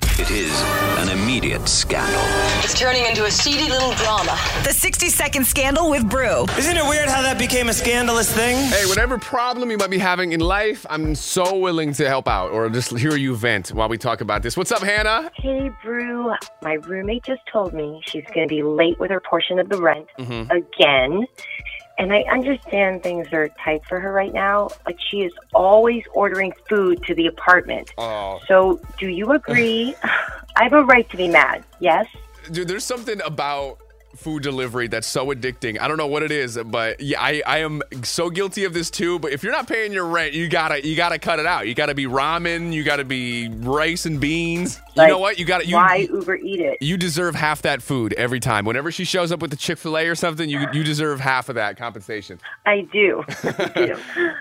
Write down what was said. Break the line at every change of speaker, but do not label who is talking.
It is an immediate scandal.
It's turning into a seedy little drama.
The 60 Second Scandal with Brew.
Isn't it weird how that became a scandalous thing?
Hey, whatever problem you might be having in life, I'm so willing to help out or just hear you vent while we talk about this. What's up, Hannah?
Hey, Brew, my roommate just told me she's going to be late with her portion of the rent again. And I understand things are tight for her right now, but she is always ordering food to the apartment.
Oh.
So, do you agree? I have a right to be mad, yes?
Dude, there's something about food delivery that's so addicting. I don't know what it is, but yeah, I, I am so guilty of this too. But if you're not paying your rent, you gotta you gotta cut it out. You gotta be ramen, you gotta be rice and beans. You know
Like,
what? You gotta you
Why Uber eat it?
you deserve half that food every time. Whenever she shows up with the Chick-fil-A or something, you you deserve half of that compensation.
I do. I do.